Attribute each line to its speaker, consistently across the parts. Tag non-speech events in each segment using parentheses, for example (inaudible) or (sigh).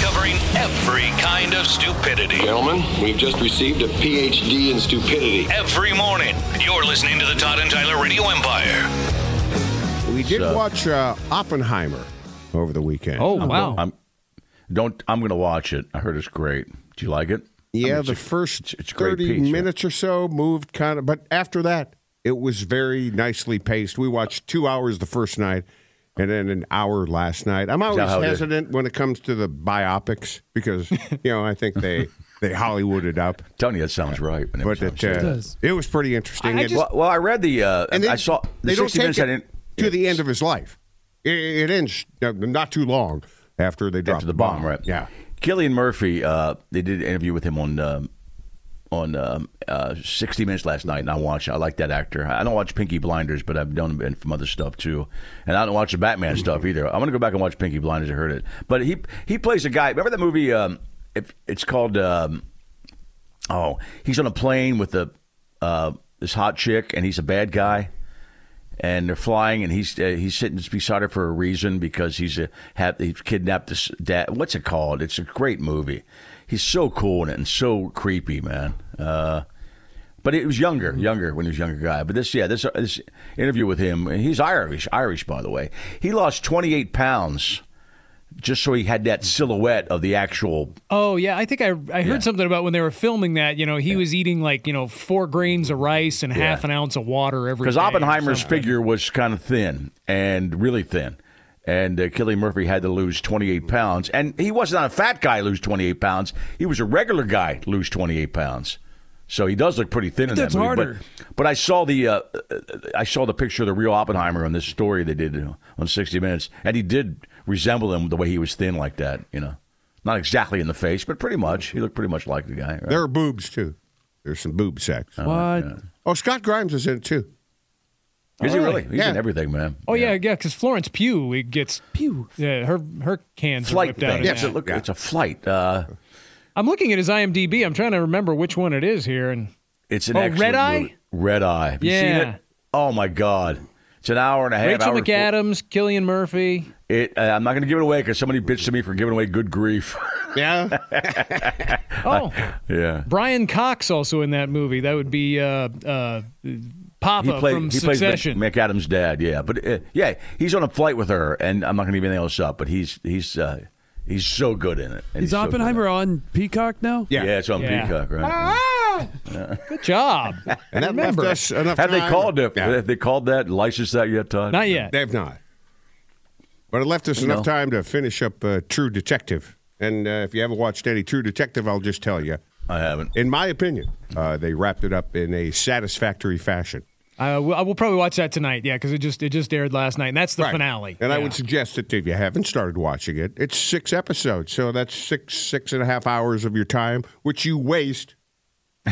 Speaker 1: Covering every kind of stupidity.
Speaker 2: Gentlemen, we've just received a PhD in stupidity.
Speaker 1: Every morning, you're listening to the Todd and Tyler Radio Empire.
Speaker 3: We did
Speaker 4: So-
Speaker 3: watch uh, Oppenheimer over the weekend.
Speaker 5: Oh, wow.
Speaker 4: I'm don't. I'm going to watch it. I heard it's great. Do you like it?
Speaker 3: yeah, the first
Speaker 4: it's a great
Speaker 3: thirty
Speaker 4: piece, yeah.
Speaker 3: minutes or so moved kind of, but after that, it was very nicely paced. We watched two hours the first night, and then an hour last night. I'm always
Speaker 4: how it is?
Speaker 3: hesitant when it comes to the biopics
Speaker 4: (laughs)
Speaker 3: because you know I think they they Hollywooded up,
Speaker 4: I'm telling you, that sounds right. when it
Speaker 3: but
Speaker 4: sounds
Speaker 3: it, uh,
Speaker 4: right.
Speaker 5: does.
Speaker 3: it was pretty interesting.
Speaker 5: I- I
Speaker 3: And-
Speaker 5: just-
Speaker 4: well, well, I read the. Uh,
Speaker 3: and they,
Speaker 4: I saw. The
Speaker 3: they don't
Speaker 4: 60
Speaker 3: take
Speaker 4: minutes.
Speaker 3: it
Speaker 4: I didn't.
Speaker 3: to the end of his life. It, it ends uh, not too long after they dropped
Speaker 4: after the bomb, right?
Speaker 3: Yeah.
Speaker 4: Killian Murphy. Uh, they did an interview with him on um, on um, uh, 60 Minutes last night, and I watched. I like that actor. I don't watch Pinky Blinders, but I've done him from other stuff too, and I don't watch the Batman stuff either. I'm gonna go back and watch Pinky Blinders. I heard it, but he he plays a guy. Remember that movie? Um, it, it's called. Um, oh, he's on a plane with a uh, this hot chick, and he's a bad guy. And they're flying, and he's uh, he's sitting beside her for a reason because he's a have he's kidnapped this dad. What's it called? It's a great movie. He's so cool in it and so creepy, man. Uh, but it was younger, younger when he was a younger guy. But this, yeah, this uh, this interview with him, and he's Irish, Irish by the way. He lost twenty eight pounds just so he had that silhouette of the actual
Speaker 5: Oh yeah, I think I I heard something about when they were filming that. You know, he was eating like you know four grains of rice and half an ounce of water every.
Speaker 4: because
Speaker 5: day or
Speaker 4: Oppenheimer's
Speaker 5: something.
Speaker 4: figure was kind of thin and really thin, and uh, Killian Murphy had to lose 28 pounds, and he wasn't a fat guy lose 28 pounds. He was a regular guy lose 28 pounds, so he does look pretty thin in
Speaker 5: that's
Speaker 4: that movie.
Speaker 5: harder.
Speaker 4: But, but I saw the uh, uh, I saw the picture of the real Oppenheimer on this story they did uh, on 60 Minutes, and he did resemble him the way he was thin like that. You know, not exactly in the face, but pretty much. He looked pretty much like the guy. right?
Speaker 3: There are boobs too. There's some boob sex.
Speaker 5: Uh-huh. What?
Speaker 3: Oh, Scott Grimes is in it too.
Speaker 4: Is he really? He's in
Speaker 3: Yeah.
Speaker 4: everything, man.
Speaker 5: Oh yeah, yeah. Because Florence Pugh it gets Pugh. Yeah, her her cans are
Speaker 4: flight
Speaker 5: ripped out.
Speaker 4: thing.
Speaker 5: in
Speaker 4: It's a,
Speaker 5: that.
Speaker 4: look, it's a flight. Uh,
Speaker 5: I'm looking at his IMDb. I'm trying to remember which one it is here. And
Speaker 4: it's an
Speaker 5: Oh,
Speaker 4: excellent
Speaker 5: Red Eye?
Speaker 4: movie. Red Eye. Have You seen
Speaker 5: Yeah.
Speaker 4: it? Oh my God! It's an hour and a half.
Speaker 5: Rachel
Speaker 4: hour and four-
Speaker 5: McAdams, Killian Murphy.
Speaker 4: It, uh, I'm not going to give it away because somebody bitched to me for giving away Good Grief.
Speaker 3: (laughs)
Speaker 4: (laughs)
Speaker 3: Yeah.
Speaker 5: Oh,
Speaker 4: yeah.
Speaker 5: Brian Cox also in that movie. That would be uh, uh, Papa from
Speaker 4: he plays
Speaker 5: Succession.
Speaker 4: Mc- McAdams' dad. Yeah, but uh, yeah, he's on a flight with her, and I'm not going to give anything else up. But he's he's uh, he's so good in it. And he's
Speaker 6: Is
Speaker 4: so good in
Speaker 6: Oppenheimer
Speaker 4: it.
Speaker 6: on Peacock now?
Speaker 3: Yeah.
Speaker 4: Yeah, it's on
Speaker 5: Yeah.
Speaker 4: Peacock,
Speaker 3: Ah,
Speaker 4: right?
Speaker 5: Ah!
Speaker 4: (laughs)
Speaker 5: Good job.
Speaker 3: And that left
Speaker 5: Remember.
Speaker 3: us enough
Speaker 4: Have they
Speaker 3: time-
Speaker 4: called it?
Speaker 3: Yeah,
Speaker 4: Have they called that? Licensed that yet, Todd?
Speaker 5: Not yet.
Speaker 3: they've not. But it left us enough
Speaker 4: know.
Speaker 3: time to finish up uh, True Detective. And uh, if you haven't watched any True Detective, I'll just tell you.
Speaker 4: I haven't.
Speaker 3: In my opinion, uh, they wrapped it up in a satisfactory fashion.
Speaker 5: I will, I will probably watch that tonight. Yeah, because it just it just aired last night, and that's the
Speaker 3: Right.
Speaker 5: finale.
Speaker 3: And I
Speaker 5: Yeah.
Speaker 3: would suggest that if you haven't started watching it, it's six episodes. So that's six, six and a half hours of your time, which you waste.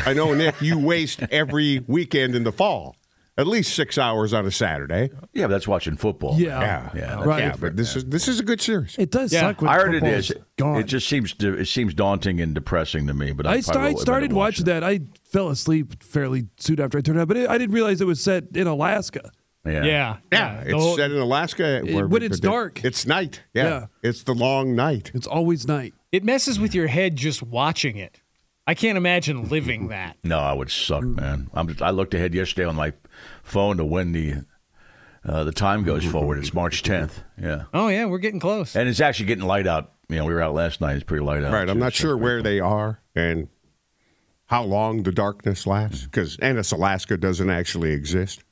Speaker 3: I know, Nick, you waste every weekend in the fall, at least six hours on a Saturday.
Speaker 4: Yeah, but that's watching football.
Speaker 6: Oh, Yeah.
Speaker 3: Yeah.
Speaker 4: Yeah, that's
Speaker 6: Right.
Speaker 3: Yeah, but this is this is a good series.
Speaker 6: It does
Speaker 5: Yeah.
Speaker 6: suck when
Speaker 4: I heard it
Speaker 6: football's
Speaker 4: is.
Speaker 6: gone.
Speaker 4: It just seems to, it seems daunting and depressing to me. But I,
Speaker 6: I, st-
Speaker 4: probably
Speaker 6: I
Speaker 4: will
Speaker 6: started
Speaker 4: admit to
Speaker 6: watching
Speaker 4: watching
Speaker 6: that. I fell asleep fairly soon after I turned out, but it, I didn't realize it was set in Alaska.
Speaker 4: it.
Speaker 5: Yeah. Yeah.
Speaker 3: Yeah,
Speaker 5: The
Speaker 3: it's
Speaker 5: whole-
Speaker 3: set in Alaska where-
Speaker 6: when it's dark.
Speaker 3: It's night. Yeah.
Speaker 6: Yeah.
Speaker 3: it's the long night.
Speaker 6: It's always night.
Speaker 5: it messes with your head just watching it. I can't imagine living that.
Speaker 4: No, I would suck, man. I'm just, I looked ahead yesterday on my phone to when the uh, the time goes forward. It's March 10th. Yeah,
Speaker 5: Oh yeah, we're getting close.
Speaker 4: and it's actually getting light out. You know, we were out last night. It's pretty light out.
Speaker 3: Right, I'm
Speaker 4: too,
Speaker 3: not
Speaker 4: so-
Speaker 3: sure where they are and how long the darkness lasts because and it's Alaska doesn't actually exist.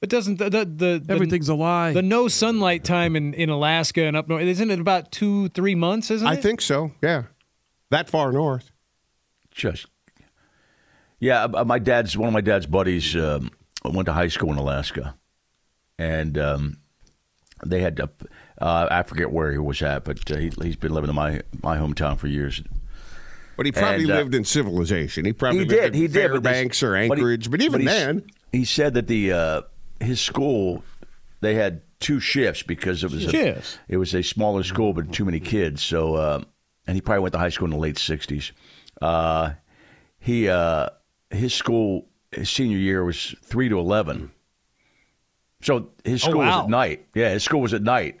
Speaker 5: But doesn't the the, the the-
Speaker 6: Everything's a lie.
Speaker 5: The no sunlight time in, in Alaska and up north isn't it about two three months? Isn't
Speaker 3: I
Speaker 5: it?
Speaker 3: think so. Yeah, that far north.
Speaker 4: just yeah uh, my dad's one of my dad's buddies um, went to high school in alaska and um, they had to, uh, i forget where he was at but uh, he, he's been living in my, my hometown for years
Speaker 3: But he probably
Speaker 4: And, uh,
Speaker 3: lived in civilization. He probably
Speaker 4: he
Speaker 3: lived
Speaker 4: did
Speaker 3: in
Speaker 4: he did but this-
Speaker 3: Fairbanks or
Speaker 4: but he-
Speaker 3: Anchorage. But, even
Speaker 4: he s-
Speaker 3: then,
Speaker 4: he said that the uh, his school they had two shifts because it was
Speaker 5: Shifts.
Speaker 4: A, it was a smaller school but too many kids so uh, and he probably went to high school in the late 60s uh, he uh, his school his senior year was 3 to 11 so his
Speaker 5: Oh,
Speaker 4: school was
Speaker 5: wow.
Speaker 4: at night yeah his school was at night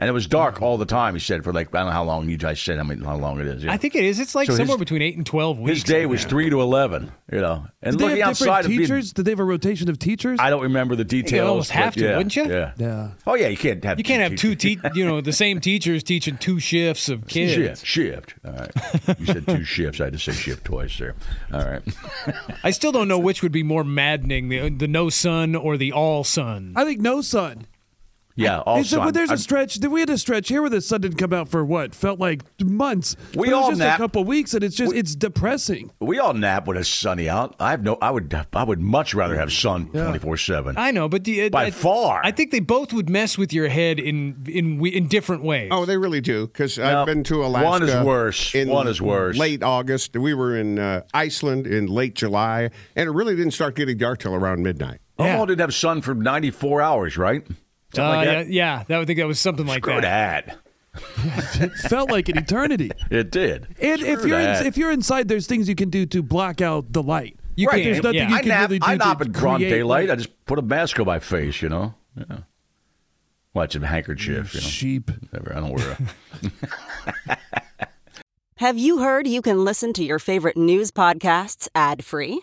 Speaker 4: and it was dark all the time he said for like i don't know how long you guys said i mean how long it is yeah.
Speaker 5: I think it is. It's like
Speaker 4: So his-
Speaker 5: somewhere between eight and twelve weeks.
Speaker 4: his day was 3 to 11 you know and
Speaker 6: Did they
Speaker 4: looking
Speaker 6: have
Speaker 4: outside
Speaker 6: different
Speaker 4: of being-
Speaker 6: teachers? Did they have a rotation of teachers?
Speaker 4: I don't remember the details.
Speaker 5: almost
Speaker 4: but
Speaker 5: have to,
Speaker 4: yeah,
Speaker 5: wouldn't you?
Speaker 4: Yeah.
Speaker 6: Yeah.
Speaker 4: Oh yeah, you can't have.
Speaker 5: You can't have two te- you know the same teachers teaching two shifts of kids.
Speaker 4: Shift, shift. All right. You said two shifts. I had to say shift twice there. All right.
Speaker 5: I still don't know which would be more maddening the the no sun or the all sun.
Speaker 6: I think no sun.
Speaker 4: Yeah. Also,
Speaker 6: it's, but there's
Speaker 4: a
Speaker 6: a stretch. that We had a stretch here where the sun didn't come out for what felt like months.
Speaker 4: We
Speaker 6: But it was
Speaker 4: all
Speaker 6: just
Speaker 4: nap.
Speaker 6: a couple weeks, and it's just it's depressing.
Speaker 4: we all nap when it's sunny out. I have no. I would. I would much rather have sun twenty four seven.
Speaker 5: I know, but the, uh,
Speaker 4: By
Speaker 5: I-
Speaker 4: far.
Speaker 5: I think they both would mess with your head in in we- in different ways.
Speaker 3: oh, they really do. Because
Speaker 4: No,
Speaker 3: I've been to Alaska.
Speaker 4: one is worse.
Speaker 3: in
Speaker 4: One is worse.
Speaker 3: Late August. We were in uh, Iceland in late July, and it really didn't start getting dark till around midnight.
Speaker 4: Omaha didn't have sun for ninety four hours, right? Something
Speaker 5: Uh,
Speaker 4: like
Speaker 5: yeah,
Speaker 4: that.
Speaker 5: yeah, that would think that was something like
Speaker 4: Screw that.
Speaker 6: It felt like
Speaker 4: (laughs)
Speaker 6: an eternity.
Speaker 4: It did.
Speaker 6: And if
Speaker 4: Screw
Speaker 6: you're
Speaker 4: that.
Speaker 6: in, if you're inside, there's things you can do to block out the light.
Speaker 5: You
Speaker 4: Right,
Speaker 5: can't.
Speaker 6: there's nothing
Speaker 5: yeah.
Speaker 6: you
Speaker 4: I
Speaker 6: can
Speaker 4: nap.
Speaker 6: really do
Speaker 4: I
Speaker 6: to
Speaker 4: nap in broad
Speaker 6: create
Speaker 4: daylight.
Speaker 6: light.
Speaker 4: I just put a mask on my face. You know. Yeah. Watch a handkerchief. You know.
Speaker 6: Sheep.
Speaker 4: Whatever. I don't wear. A, (laughs)
Speaker 7: Have you heard you can listen to your favorite news podcasts ad free?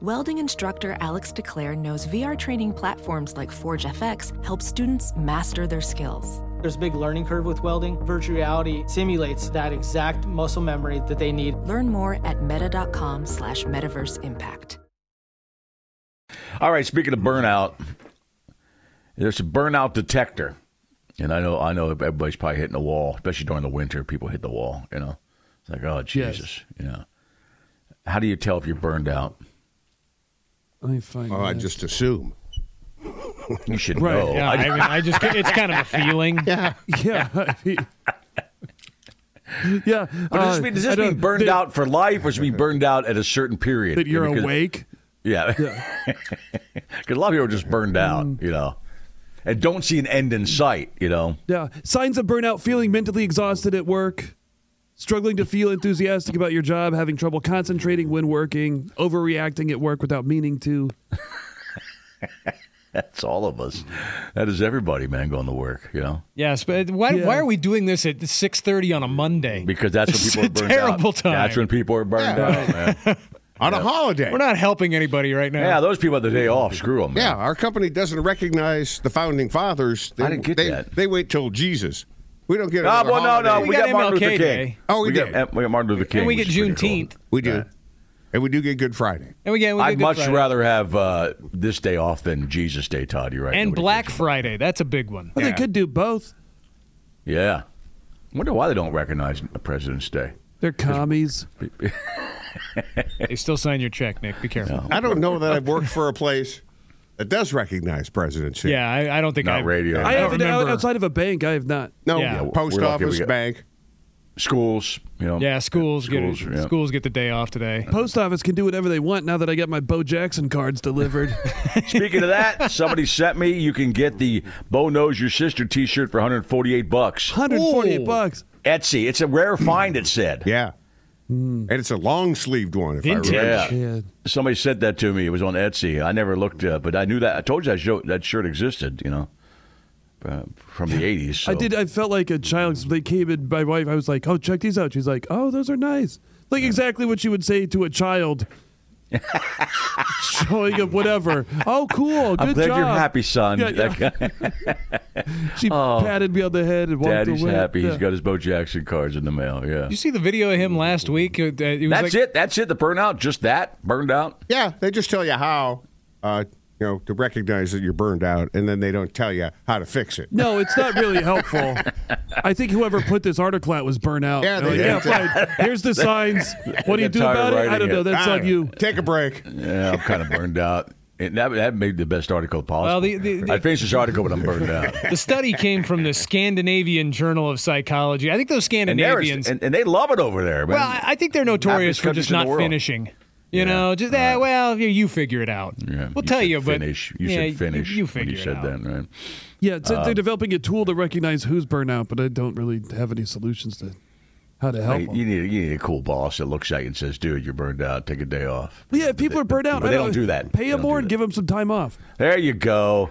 Speaker 8: Welding instructor Alex DeClaire knows VR training platforms like Forge FX help students master their skills.
Speaker 9: There's a big learning curve with welding. Virtual reality simulates that exact muscle memory that they need.
Speaker 8: Learn more at meta.com slash metaverse impact.
Speaker 4: All right. Speaking of burnout, there's a burnout detector, and I know I know everybody's probably hitting the wall, especially during the winter. People hit the wall. You know, it's like oh
Speaker 6: Yes.
Speaker 4: Jesus. You know, how do you tell if you're burned out?
Speaker 6: Let me find.
Speaker 3: Oh, I
Speaker 6: that.
Speaker 3: just assume.
Speaker 4: You should
Speaker 6: Right.
Speaker 4: know.
Speaker 5: Yeah,
Speaker 4: I-
Speaker 5: I, mean, I just it's kind of a feeling.
Speaker 6: (laughs) yeah. I mean- yeah.
Speaker 4: but does
Speaker 6: uh,
Speaker 4: this mean, does
Speaker 6: I
Speaker 4: this mean
Speaker 6: don't-
Speaker 4: burned
Speaker 6: that-
Speaker 4: out for life, or does it mean burned out at a certain period?
Speaker 6: that you're
Speaker 4: Because-
Speaker 6: awake?
Speaker 4: Yeah. (laughs) Because a lot of people are just burned
Speaker 5: Mm.
Speaker 4: out, you know, and don't see an end in sight, you know. (laughs)
Speaker 6: Yeah. Signs of burnout, feeling mentally exhausted at work, struggling to feel enthusiastic about your job, having trouble concentrating when working, overreacting at work without meaning to.
Speaker 4: That's all of us. That is everybody, man, going to work, you know,
Speaker 5: Yes, but why,
Speaker 6: Yeah.
Speaker 5: why are we doing this at six thirty on a Monday?
Speaker 4: because that's when
Speaker 5: It's
Speaker 4: people are
Speaker 5: a
Speaker 4: burned out.
Speaker 5: terrible time.
Speaker 4: That's when people are burned out, man.
Speaker 3: On a holiday.
Speaker 5: We're not helping anybody right now.
Speaker 4: Yeah, those people have the day off. Screw them.
Speaker 3: yeah, our company doesn't recognize the founding fathers. They,
Speaker 4: I didn't get
Speaker 3: they,
Speaker 4: that.
Speaker 3: They wait till Jesus. We don't get.
Speaker 4: Oh,
Speaker 3: another
Speaker 4: well, no, no.
Speaker 3: holiday.
Speaker 4: We,
Speaker 5: We
Speaker 4: got,
Speaker 5: got
Speaker 4: Martin
Speaker 5: MLK
Speaker 4: Luther King.
Speaker 5: Day.
Speaker 3: Oh, we
Speaker 4: got-
Speaker 3: did.
Speaker 4: uh, we got Martin Luther King.
Speaker 5: and we
Speaker 4: which is
Speaker 5: get
Speaker 4: pretty cool.
Speaker 5: Juneteenth,
Speaker 3: We do, and we do get Good Friday.
Speaker 5: and we get we get
Speaker 4: I'd
Speaker 5: Good
Speaker 4: much
Speaker 5: Friday.
Speaker 4: rather have uh, this day off than Jesus Day, Todd. You're right.
Speaker 5: and
Speaker 4: Nobody
Speaker 5: Black
Speaker 4: cares.
Speaker 5: Friday. That's a big one.
Speaker 6: Well, They could do both.
Speaker 4: Yeah. Wonder why they don't recognize President's Day.
Speaker 6: They're commies.
Speaker 5: They still sign your check, Nick. Be careful.
Speaker 3: I don't know that I've worked for a place that does recognize presidents. here.
Speaker 5: Yeah, I, I don't think
Speaker 4: Not
Speaker 5: I,
Speaker 4: radio.
Speaker 6: I,
Speaker 5: don't
Speaker 6: haven't out-
Speaker 5: remember.
Speaker 6: outside of a bank. I have not.
Speaker 3: No,
Speaker 5: Yeah.
Speaker 4: Yeah,
Speaker 3: post
Speaker 4: we're lucky we
Speaker 3: office,
Speaker 4: got-
Speaker 3: bank.
Speaker 4: Schools, you know.
Speaker 5: Yeah, schools, get
Speaker 4: yeah.
Speaker 5: schools get the day off today.
Speaker 6: Post office can do whatever they want now that I got my Bo Jackson cards delivered.
Speaker 4: Speaking of that, somebody sent me. You can get the Bo knows your sister T-shirt for 148 bucks.
Speaker 6: 148
Speaker 5: Ooh.
Speaker 6: bucks.
Speaker 4: Etsy. It's a rare find. It said.
Speaker 3: Yeah, and it's a long sleeved one. If
Speaker 5: Hmm. Vintage.
Speaker 3: I remember.
Speaker 4: Yeah.
Speaker 6: Shit.
Speaker 4: Somebody said that to me. It was on Etsy. I never looked, uh, but I knew that. I told you that, show, that shirt existed. You know, uh, from the eighties.
Speaker 6: I did. I felt like a child. 'cause They came in. My wife. I was like, "Oh, check these out." She's like, "Oh, those are nice." Like exactly what you would say to
Speaker 4: (laughs)
Speaker 6: a child, showing up whatever. Oh, cool. Good
Speaker 4: I'm glad
Speaker 6: job.
Speaker 4: you're happy, son.
Speaker 6: Yeah, yeah. She
Speaker 4: Oh.
Speaker 6: patted me on the head and walked
Speaker 4: Daddy's
Speaker 6: away.
Speaker 4: happy.
Speaker 6: Yeah.
Speaker 4: He's got his Bo Jackson cards in the mail. Yeah.
Speaker 5: You see the video of him last week? Uh, uh, it was
Speaker 4: That's
Speaker 5: like,
Speaker 4: it. That's it. The burnout. Just that. Burned out.
Speaker 3: Yeah, they just tell you how, uh, you know, to recognize that you're burned out, and then they don't tell you how to fix it.
Speaker 6: No, it's not really helpful.
Speaker 4: (laughs)
Speaker 6: I think whoever put this article out was burnt out.
Speaker 3: Yeah,
Speaker 6: They're
Speaker 3: they
Speaker 6: like,
Speaker 3: did.
Speaker 6: yeah, fine.
Speaker 4: (laughs)
Speaker 6: Here's the signs. What do
Speaker 4: They're
Speaker 6: you do
Speaker 4: tired
Speaker 6: about
Speaker 4: of
Speaker 6: it? I
Speaker 4: writing
Speaker 6: don't know.
Speaker 4: it.
Speaker 6: That's
Speaker 3: Ah,
Speaker 6: on you.
Speaker 3: Take a break.
Speaker 4: Yeah, I'm kind of burned out. And that, that made the best article possible.
Speaker 5: Well, the- the- the-
Speaker 4: I finished this article, but I'm burned
Speaker 6: (laughs)
Speaker 4: out.
Speaker 5: the study came from the Scandinavian Journal of Psychology. I think those
Speaker 4: And, they're-
Speaker 5: Scandinavians.
Speaker 4: and, and they love it over there, man.
Speaker 5: well, I I think they're notorious
Speaker 4: Happiest
Speaker 5: for just
Speaker 4: countries in the
Speaker 5: not
Speaker 4: world.
Speaker 5: finishing. You know, just that. well, you, you figure it out.
Speaker 4: Yeah,
Speaker 5: We'll tell
Speaker 4: said
Speaker 5: you, but
Speaker 4: finish. You
Speaker 5: yeah,
Speaker 4: said finish.
Speaker 5: You,
Speaker 4: when
Speaker 5: figure
Speaker 4: you
Speaker 5: it
Speaker 4: said
Speaker 5: out.
Speaker 4: that, right?
Speaker 6: Yeah, it's,
Speaker 4: Uh,
Speaker 6: they're developing a tool to recognize who's burnt out, but I don't really have any solutions to how to help.
Speaker 4: Hey,
Speaker 6: 'em.
Speaker 4: you need you need a cool boss that looks at you and says, "Dude, you're burned out. Take a day off."
Speaker 6: yeah, if people are burnt out.
Speaker 4: But
Speaker 6: I
Speaker 4: they don't do that.
Speaker 6: Pay
Speaker 4: They
Speaker 6: them
Speaker 4: don't do
Speaker 6: more and
Speaker 4: that.
Speaker 6: give them some time off.
Speaker 4: There you go.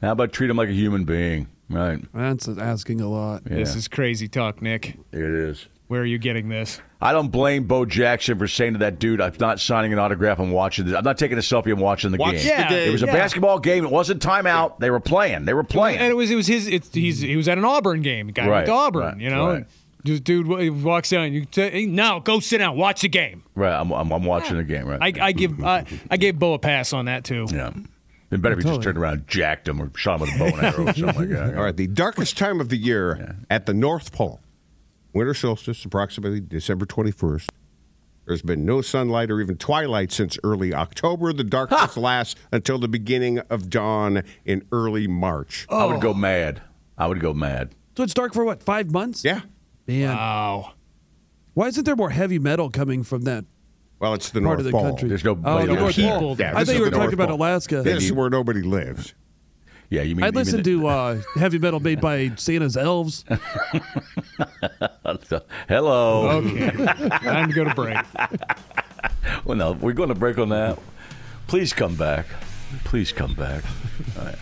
Speaker 4: How about treat him like a human being? Right.
Speaker 6: That's asking a lot.
Speaker 5: This is crazy talk, Nick.
Speaker 4: It is.
Speaker 5: Where are you getting this?
Speaker 4: I don't blame Bo Jackson for saying to that dude, "I'm not signing an autograph. I'm watching this. I'm not taking a selfie. I'm watching the
Speaker 3: Watch
Speaker 4: game."
Speaker 3: the Yeah, game.
Speaker 4: It was a
Speaker 5: yeah.
Speaker 4: basketball game. It wasn't timeout. They were playing. They were playing.
Speaker 5: And it was it was his. It's, he's he was at an Auburn game. Guy
Speaker 4: Right,
Speaker 5: went to Auburn.
Speaker 4: right,
Speaker 5: you know,
Speaker 4: right.
Speaker 5: and just dude w- walks down. You say, hey, now go sit down, watch the game.
Speaker 4: right. I'm, I'm, I'm watching the game. Right.
Speaker 5: I, I give I, I gave Bo a pass on that too.
Speaker 4: yeah. It better be just turned around, and jacked him, or shot him with a bow and arrow or something like
Speaker 6: (laughs)
Speaker 4: that.
Speaker 3: All right, the darkest time of the year at the North Pole, winter solstice, approximately December 21st. There's been no sunlight or even twilight since early October. The darkness lasts until the beginning of dawn in early March.
Speaker 6: Oh.
Speaker 4: I would go mad. I would go mad.
Speaker 6: So it's dark for what? Five months?
Speaker 3: Yeah.
Speaker 6: Man,
Speaker 5: Wow.
Speaker 6: why isn't there more heavy metal coming from that?
Speaker 3: Well, it's the
Speaker 6: Part
Speaker 3: North
Speaker 6: of the
Speaker 3: Pole.
Speaker 6: country.
Speaker 4: There's no
Speaker 6: Oh, the
Speaker 4: no
Speaker 6: North
Speaker 4: heat.
Speaker 6: Pole.
Speaker 3: Yeah,
Speaker 6: I
Speaker 3: this
Speaker 6: thought
Speaker 3: is
Speaker 6: you were
Speaker 3: the
Speaker 6: talking
Speaker 3: North
Speaker 6: about
Speaker 3: Pole.
Speaker 6: Alaska.
Speaker 3: This is where nobody lives.
Speaker 4: Yeah, you mean
Speaker 6: I'd listen to uh, heavy metal made by
Speaker 4: (laughs)
Speaker 6: Santa's elves.
Speaker 4: to. (laughs) Hello.
Speaker 5: Okay. (laughs) Time to go to break.
Speaker 4: Well, no, we're going to break on that. Please come back. Please come back. All right.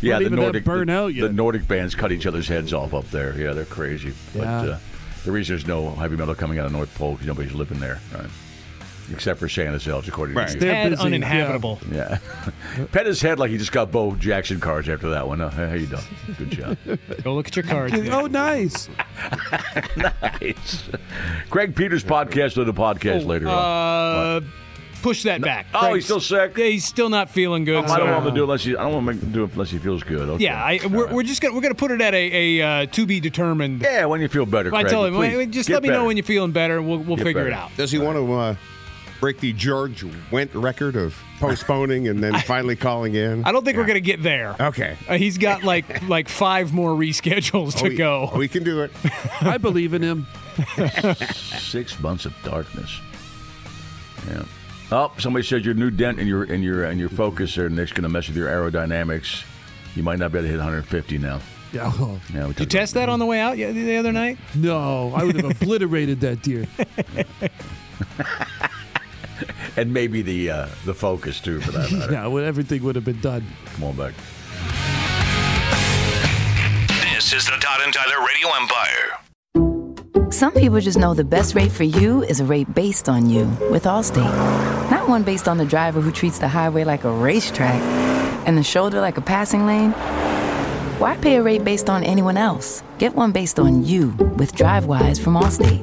Speaker 4: Yeah,
Speaker 6: Not
Speaker 4: the
Speaker 6: even that
Speaker 4: Nordic
Speaker 6: burnt
Speaker 4: the,
Speaker 6: out
Speaker 4: the
Speaker 6: yet.
Speaker 4: Nordic bands cut each other's heads off up there. Yeah, they're crazy. But
Speaker 6: Yeah.
Speaker 4: uh, the reason there's no heavy metal coming out of North Pole because nobody's living there, right? Except for Santa's elves, according
Speaker 3: Right.
Speaker 4: to you.
Speaker 6: They're
Speaker 5: Tad
Speaker 6: busy, yeah.
Speaker 5: uninhabitable.
Speaker 4: Yeah. (laughs) Pet his head like he just got Bo Jackson cards after that one. Uh, how you doing? Good job.
Speaker 5: Go look at your cards. Nick.
Speaker 6: oh, nice.
Speaker 4: nice. Greg Peters' podcast on the podcast later on.
Speaker 5: Oh, Uh, push that back.
Speaker 4: Oh,
Speaker 5: Craig's-
Speaker 4: he's still sick?
Speaker 5: Yeah, he's still not feeling good.
Speaker 4: I don't
Speaker 5: so-
Speaker 4: want him to do it unless he. I don't want him to do it unless he feels good. Okay. Uh,
Speaker 5: Yeah, I, we're, we're just gonna we're gonna put it at a, a uh, to be determined.
Speaker 4: Yeah, when you feel better,
Speaker 5: I
Speaker 4: Craig,
Speaker 5: tell him,
Speaker 4: please,
Speaker 5: "Wait, just
Speaker 4: get
Speaker 5: let me
Speaker 4: better.
Speaker 5: know when you're feeling better. We'll we'll
Speaker 4: Get
Speaker 5: figure it
Speaker 4: better.
Speaker 5: out.
Speaker 3: Does he want to uh, break the George Went record of postponing and
Speaker 6: (laughs)
Speaker 3: then finally calling in?
Speaker 5: I don't think we're gonna get there.
Speaker 3: Okay.
Speaker 5: Uh, he's
Speaker 4: (laughs)
Speaker 5: got like like five more reschedules to
Speaker 3: we,
Speaker 5: go.
Speaker 3: We can do it.
Speaker 6: I believe in him.
Speaker 4: Six months of darkness. Yeah. Oh, somebody said your new dent in your in your in your focus there, Nick's going to mess with your aerodynamics. You might not be able to hit 150 now.
Speaker 6: (laughs) Yeah, well,
Speaker 4: Yeah, we
Speaker 5: Did you
Speaker 4: talked
Speaker 5: test that on the way out yeah, the other night?
Speaker 6: no, I would have obliterated that deer.
Speaker 4: about- and maybe the uh, the focus too for that matter.
Speaker 6: Yeah, well, everything would have been done.
Speaker 4: Come on back.
Speaker 1: This is the Todd and Tyler Radio Empire.
Speaker 10: Some people just know the best rate for you is a rate based on you with Allstate. Not one based on the driver who treats the highway like a racetrack and the shoulder like a passing lane. Why pay a rate based on anyone else? Get one based on you with DriveWise from Allstate.